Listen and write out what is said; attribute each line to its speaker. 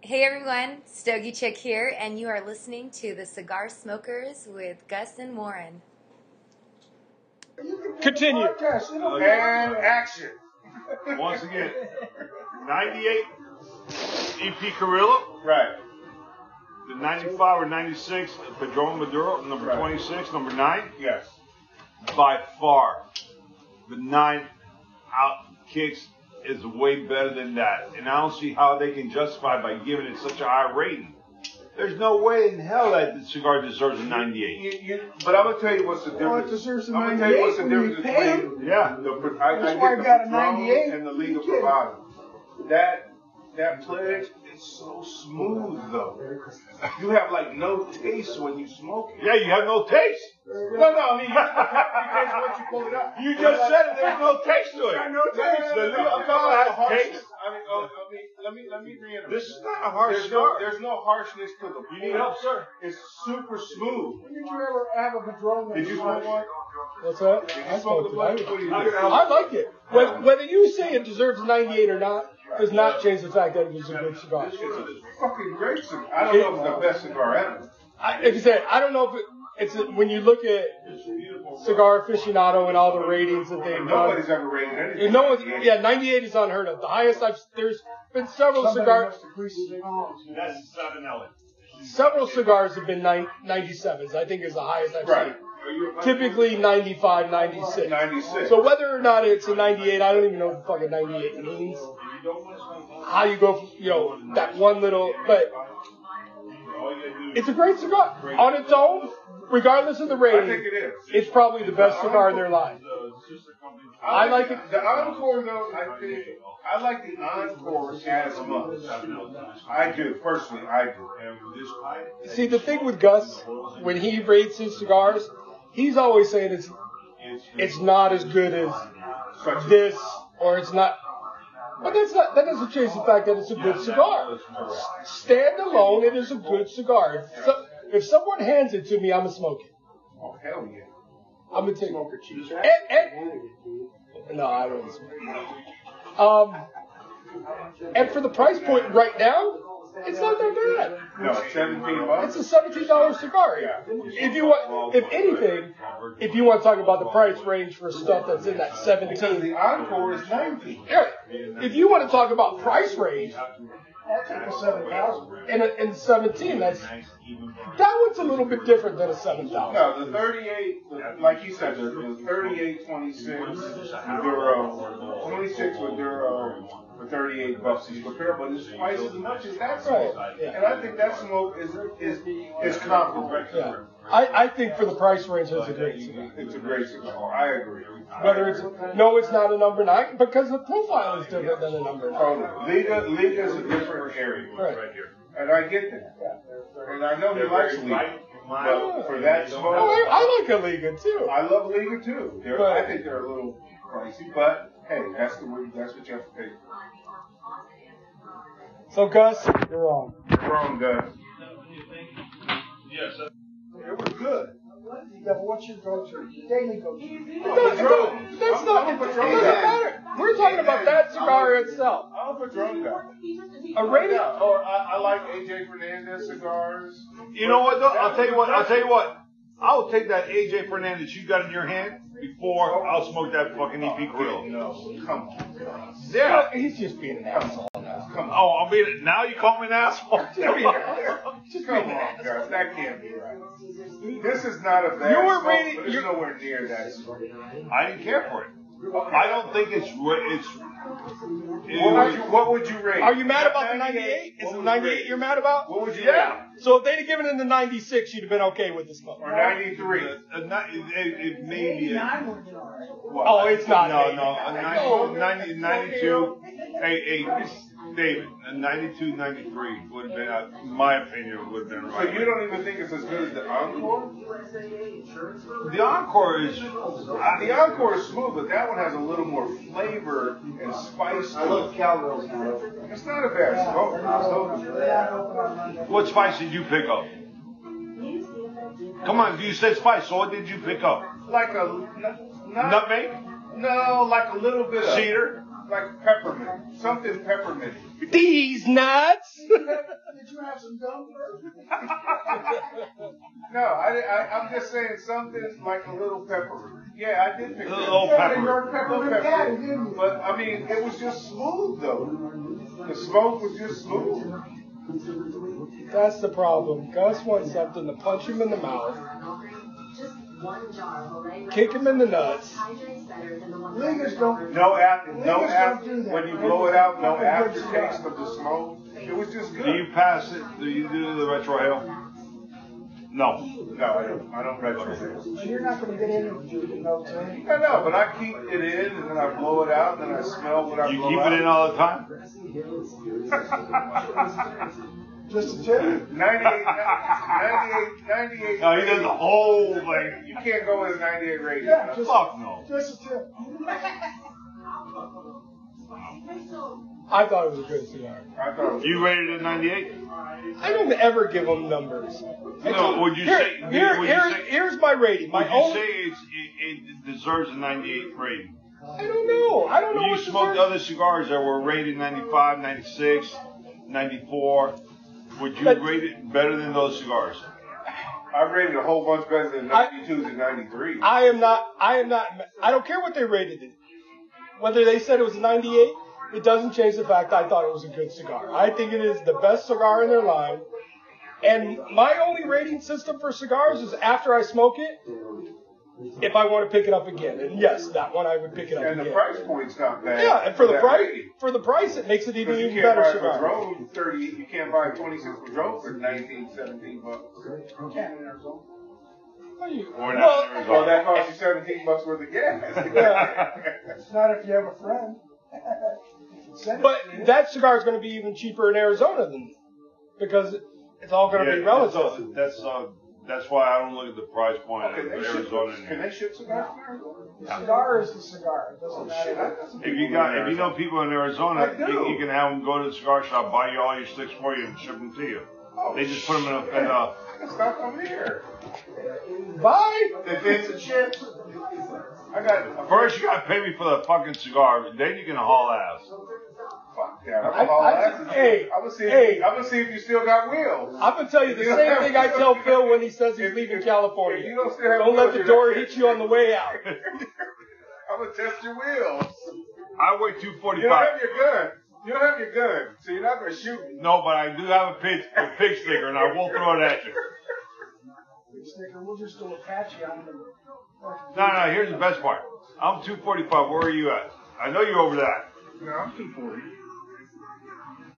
Speaker 1: Hey everyone, Stogie Chick here, and you are listening to The Cigar Smokers with Gus and Warren.
Speaker 2: Continue.
Speaker 3: And action.
Speaker 4: Once again, 98 EP Carrillo,
Speaker 3: Right.
Speaker 4: the 95 or 96 Padron Maduro, number
Speaker 3: Right.
Speaker 4: 26, number 9,
Speaker 3: Yes.
Speaker 4: by far. The 9 out kicks is way better than that. And I don't see how they can justify by giving it such a high rating. There's no way in hell that the cigar deserves a 98.
Speaker 3: You, you, but I'm gonna tell you what's the
Speaker 5: Well, it
Speaker 3: difference.
Speaker 5: deserves a
Speaker 3: I'm gonna tell you what's the
Speaker 5: 98 when
Speaker 3: difference
Speaker 5: you pay him.
Speaker 3: between
Speaker 4: Yeah.
Speaker 3: the pr- I, I
Speaker 5: That's
Speaker 3: get
Speaker 5: why I
Speaker 3: the
Speaker 5: got a
Speaker 3: Patron
Speaker 5: 98.
Speaker 3: and the League of
Speaker 5: You kidding.
Speaker 3: Providers. That that pledge is so smooth though. You have like no taste when you smoke it.
Speaker 4: Yeah, you have no taste.
Speaker 3: No, no, I mean you, you taste what you pull it out.
Speaker 4: You just said it. There's no taste to
Speaker 3: I
Speaker 4: it.
Speaker 3: know taste.
Speaker 4: The League of
Speaker 3: no
Speaker 4: Providers taste.
Speaker 3: I mean, oh, I mean, let me let me reiterate.
Speaker 4: This is not a harsh
Speaker 3: there's no,
Speaker 4: cigar.
Speaker 3: there's no harshness to the.
Speaker 4: You need help, sir.
Speaker 3: It's super smooth.
Speaker 5: When did you ever have a Padron that
Speaker 3: Did you smoke one?
Speaker 5: What's that?
Speaker 3: Did
Speaker 5: I
Speaker 3: you smoke
Speaker 5: smoked
Speaker 3: the
Speaker 5: it.
Speaker 3: black?
Speaker 5: I,
Speaker 3: I
Speaker 5: I like it. Whether, whether you say it deserves a 98 or not does not change the fact that it was a good cigar.
Speaker 3: It's a fucking great cigar. I don't know if it's the best cigar ever.
Speaker 5: I, like you said, I don't know if it, it's a, when you look at cigar aficionado and all the ratings that they've done.
Speaker 3: Nobody's ever rated anything.
Speaker 5: And no one's, yeah, 98 is unheard of. The highest I've there's been several cigars.
Speaker 4: That's seven Ellen.
Speaker 5: Several cigars have been nine, 97s. I think is the highest I've
Speaker 3: Right.
Speaker 5: seen. Typically 95, 96.
Speaker 3: 96.
Speaker 5: So whether or not it's a 98, I don't even know what the fucking 98 means. How you go, you know, that one little, but it's a great cigar on its own, regardless of the
Speaker 3: I think
Speaker 5: rating.
Speaker 3: it is.
Speaker 5: It's probably the best cigar in their life. I like it.
Speaker 3: The encore, though, I think, I like the encore as much. I do, personally, I do.
Speaker 5: See, the thing with Gus, when he rates his cigars, he's always saying it's it's not as good as
Speaker 3: Such a,
Speaker 5: this or it's not. But that's not that doesn't change the fact that it's a good cigar. Stand alone, it is a good cigar. If, so, if someone hands it to me, I'm gonna smoke it.
Speaker 3: oh, hell yeah.
Speaker 5: I'm gonna take it.
Speaker 3: Smoker cheese.
Speaker 5: And, and, no, I don't smoke. Um, and for the price point right now, it's not that
Speaker 3: No, 17
Speaker 5: bad.
Speaker 3: bucks.
Speaker 5: It's a seventeen dollar cigar. If you want, if anything, if you want to talk about the price range for stuff that's in that
Speaker 3: Because
Speaker 5: seventeen,
Speaker 3: the encore is 19.
Speaker 5: Yeah, if you want to talk about price range, and a, and seventeen, that's that one's a little bit different than a seven dollar.
Speaker 3: No, the 38, the- like you said, the, the 38, 26 Maduro, 26 Maduro for 38 bucks is comparable, but it's twice as much as that smoke.
Speaker 5: Right, yeah.
Speaker 3: And I think that smoke is is is comparable.
Speaker 5: Yeah, I, I think for the price range, that's a great cigar.
Speaker 3: It's a great cigar. I agree.
Speaker 5: Whether it's no, it's not a number nine because the profile is different than a number nine.
Speaker 3: totally. Liga, Liga is a different area,
Speaker 5: Right.
Speaker 3: and I get that. And I know he likes Liga, but for that
Speaker 5: Oh,
Speaker 3: smoke,
Speaker 5: I, I like Aliga too.
Speaker 3: I love Liga too. They're, I think they're a little pricey, but hey, that's the way, that's what you have to pay.
Speaker 5: So Gus, you're wrong.
Speaker 3: You're wrong, Gus. It was good.
Speaker 6: Yeah, but what's your go-to? Daily go-to.
Speaker 5: It doesn't- it
Speaker 3: Patron.
Speaker 5: doesn't- that's
Speaker 3: I'm-
Speaker 5: not. It
Speaker 3: I'm a
Speaker 5: doesn't
Speaker 3: Patron guy.
Speaker 5: matter. We're talking about that cigar itself.
Speaker 3: I'm a Patron guy.
Speaker 5: A rating.
Speaker 3: Yeah, or Oh, I, I like AJ Fernandez cigars.
Speaker 4: You know what though? I'll tell you what. I'll tell you what. I'll take that AJ Fernandez you got in your hand before I'll smoke that fucking EP grill.
Speaker 3: Oh, No, come on.
Speaker 4: Yeah.
Speaker 5: uh, He's just being an asshole.
Speaker 4: Oh, I'll be now. You call me an asshole.
Speaker 3: Just come on, guys. That can't be right. This is not a bad
Speaker 5: You were
Speaker 3: smoke,
Speaker 5: reading-
Speaker 3: but it's
Speaker 5: you-
Speaker 3: nowhere near that smoke.
Speaker 4: I didn't care for it.
Speaker 3: Okay.
Speaker 4: I don't think it's ra- it's.
Speaker 3: What would you
Speaker 4: It,
Speaker 3: What would you rate?
Speaker 5: Are you mad about the 98? Is
Speaker 3: What
Speaker 5: it
Speaker 3: would you
Speaker 5: 98
Speaker 3: rate?
Speaker 5: you're mad about?
Speaker 3: What would you
Speaker 5: Yeah.
Speaker 3: rate?
Speaker 5: So if they'd have given it the 96, you'd have been okay with this smoke.
Speaker 3: Or 93?
Speaker 4: a, a, ni- it, it may be. A,
Speaker 6: 89 would have been all right.
Speaker 5: Oh, it's not
Speaker 4: No,
Speaker 5: 80.
Speaker 4: no. A 90, 90, 92. Hey, hey, David. A 92, 93 would have been, uh, in my opinion, would have been
Speaker 3: So
Speaker 4: right.
Speaker 3: you don't even think it's as good as the Encore?
Speaker 4: The encore is. I,
Speaker 3: Uh, The Encore is smooth, but that one has a little more flavor and spice
Speaker 6: I
Speaker 3: to
Speaker 6: love
Speaker 3: it.
Speaker 6: cowgirls now.
Speaker 3: It's not a bad smoke. It's
Speaker 6: They're
Speaker 3: still-
Speaker 6: not open on Monday.
Speaker 4: What spice did you pick up? Come on, you said spice. So what did you pick up?
Speaker 3: Like a n- not,
Speaker 4: Nutmeg,
Speaker 3: No, like a little bit of
Speaker 4: cedar.
Speaker 3: like peppermint, something peppermint.
Speaker 5: These nuts.
Speaker 6: you have some gum first?
Speaker 3: No, I, I, I'm just saying something like a little pepper. Yeah, I did pick
Speaker 4: Little
Speaker 3: that.
Speaker 4: old
Speaker 3: Yeah,
Speaker 4: pepper.
Speaker 3: New York pepper,
Speaker 6: Little
Speaker 3: pepper.
Speaker 6: patty, didn't you?
Speaker 3: But I mean, it was just smooth though. The smoke was just smooth.
Speaker 5: That's the problem. Gus wants something to punch him in the mouth.
Speaker 2: Kick him in the nuts.
Speaker 6: Leaders don't-
Speaker 3: No after, no
Speaker 6: Niggas
Speaker 3: after.
Speaker 6: don't do that.
Speaker 3: When you blow it out, no
Speaker 6: Niggas don't do that.
Speaker 3: aftertaste of the smoke. It was just
Speaker 4: Do you
Speaker 3: good.
Speaker 4: pass it? Do you do the retrohale? No.
Speaker 3: No, I don't. I don't retro.
Speaker 6: You're not going to get in you know, Tony.
Speaker 3: I know, but I keep it in and then I blow it out and then I smell what I
Speaker 4: You
Speaker 3: blow
Speaker 4: keep
Speaker 3: out.
Speaker 4: it in all the time?
Speaker 6: Just a tip.
Speaker 3: 98, 98, 98.
Speaker 4: No, he does the whole thing.
Speaker 3: You can't go with a 98 rating.
Speaker 6: Yeah, just,
Speaker 4: Fuck no.
Speaker 6: just a tip.
Speaker 5: I thought it was a good cigar.
Speaker 3: I thought it was
Speaker 4: You rated it 98?
Speaker 5: I don't ever give them numbers.
Speaker 4: No, would you
Speaker 5: Here-
Speaker 4: say, would
Speaker 5: here-
Speaker 4: you
Speaker 5: here-
Speaker 4: say,
Speaker 5: here's my rating.
Speaker 4: would
Speaker 5: My
Speaker 4: you
Speaker 5: own.
Speaker 4: say it's, it, it deserves a 98 rating?
Speaker 5: I don't know. I don't know
Speaker 4: You
Speaker 5: what
Speaker 4: smoked
Speaker 5: cigar-
Speaker 4: other cigars that were rated 95, 96, 94. Would you
Speaker 5: But-
Speaker 4: rate it better than those cigars?
Speaker 3: I rated a whole bunch better than
Speaker 5: I-
Speaker 3: 92s and 93.
Speaker 5: I am not. I am not. I don't care what they rated it. Whether they said it was a 98, it doesn't change the fact I thought it was a good cigar. I think it is the best cigar in their line. And my only rating system for cigars is after I smoke it, if I want to pick it up again. And yes, that one I would pick it up
Speaker 3: and the
Speaker 5: again.
Speaker 3: price point's not bad.
Speaker 5: yeah, and for the
Speaker 3: that
Speaker 5: price,
Speaker 3: rating.
Speaker 5: for the price, it makes it even
Speaker 3: Because you
Speaker 5: even
Speaker 3: can't
Speaker 5: better
Speaker 3: buy a
Speaker 5: cigar.
Speaker 3: Padrone for 30, you can't buy a 26 Padrone for 19, 17 bucks.
Speaker 6: Can't in Arizona.
Speaker 5: Are you-
Speaker 4: Or
Speaker 5: well,
Speaker 4: not in
Speaker 3: Well,
Speaker 4: Arizona?
Speaker 3: that costs you 17 bucks worth of gas.
Speaker 5: Yeah.
Speaker 6: It's not if you have a friend. Send it to you.
Speaker 5: But that cigar is going to be even cheaper in Arizona than because it's all going to be
Speaker 4: Yeah,
Speaker 5: relative.
Speaker 4: That's, that's, uh, that's why I don't look at the price point of
Speaker 3: can, they ship,
Speaker 4: Arizona.
Speaker 3: can they ship cigars from Arizona?
Speaker 6: The cigar is the cigar. It doesn't
Speaker 3: Oh, shit. I
Speaker 6: matter.
Speaker 3: got some
Speaker 4: If you
Speaker 3: people
Speaker 4: got,
Speaker 3: in
Speaker 4: if you know people in Arizona,
Speaker 3: I do.
Speaker 4: you, you can have them go to the cigar shop, buy you all your sticks for you, and ship them to you.
Speaker 3: Oh,
Speaker 4: They just put them in a,
Speaker 3: shit.
Speaker 4: in a
Speaker 3: I can stop them here.
Speaker 5: Bye.
Speaker 3: The things and chips. I got
Speaker 4: First, you gotta pay me for the fucking cigar. Then you can haul ass.
Speaker 3: Fuck that. I'm
Speaker 5: I-
Speaker 3: gonna haul
Speaker 5: I-
Speaker 3: ass.
Speaker 5: hey,
Speaker 3: I'm gonna see.
Speaker 5: hey.
Speaker 3: If, I'm gonna see if you still got wheels.
Speaker 5: I'm gonna tell you the same thing I tell Phil when he says he's leaving California.
Speaker 3: You don't still have
Speaker 5: Don't let the
Speaker 3: wheels,
Speaker 5: door
Speaker 3: you're not-
Speaker 5: hit you on the way out.
Speaker 3: I'm gonna test your wheels.
Speaker 4: I weigh
Speaker 3: You don't
Speaker 4: 245.
Speaker 3: have your gun. You don't have your gun, so you're not gonna shoot me.
Speaker 4: No, but I do have a pig, a pig sticker, and I will throw it at you.
Speaker 6: Sticker, we'll just do a patchy on them.
Speaker 4: No, no. Here's the best part. I'm 245. Where are you at? I know you're over that.
Speaker 3: No, I'm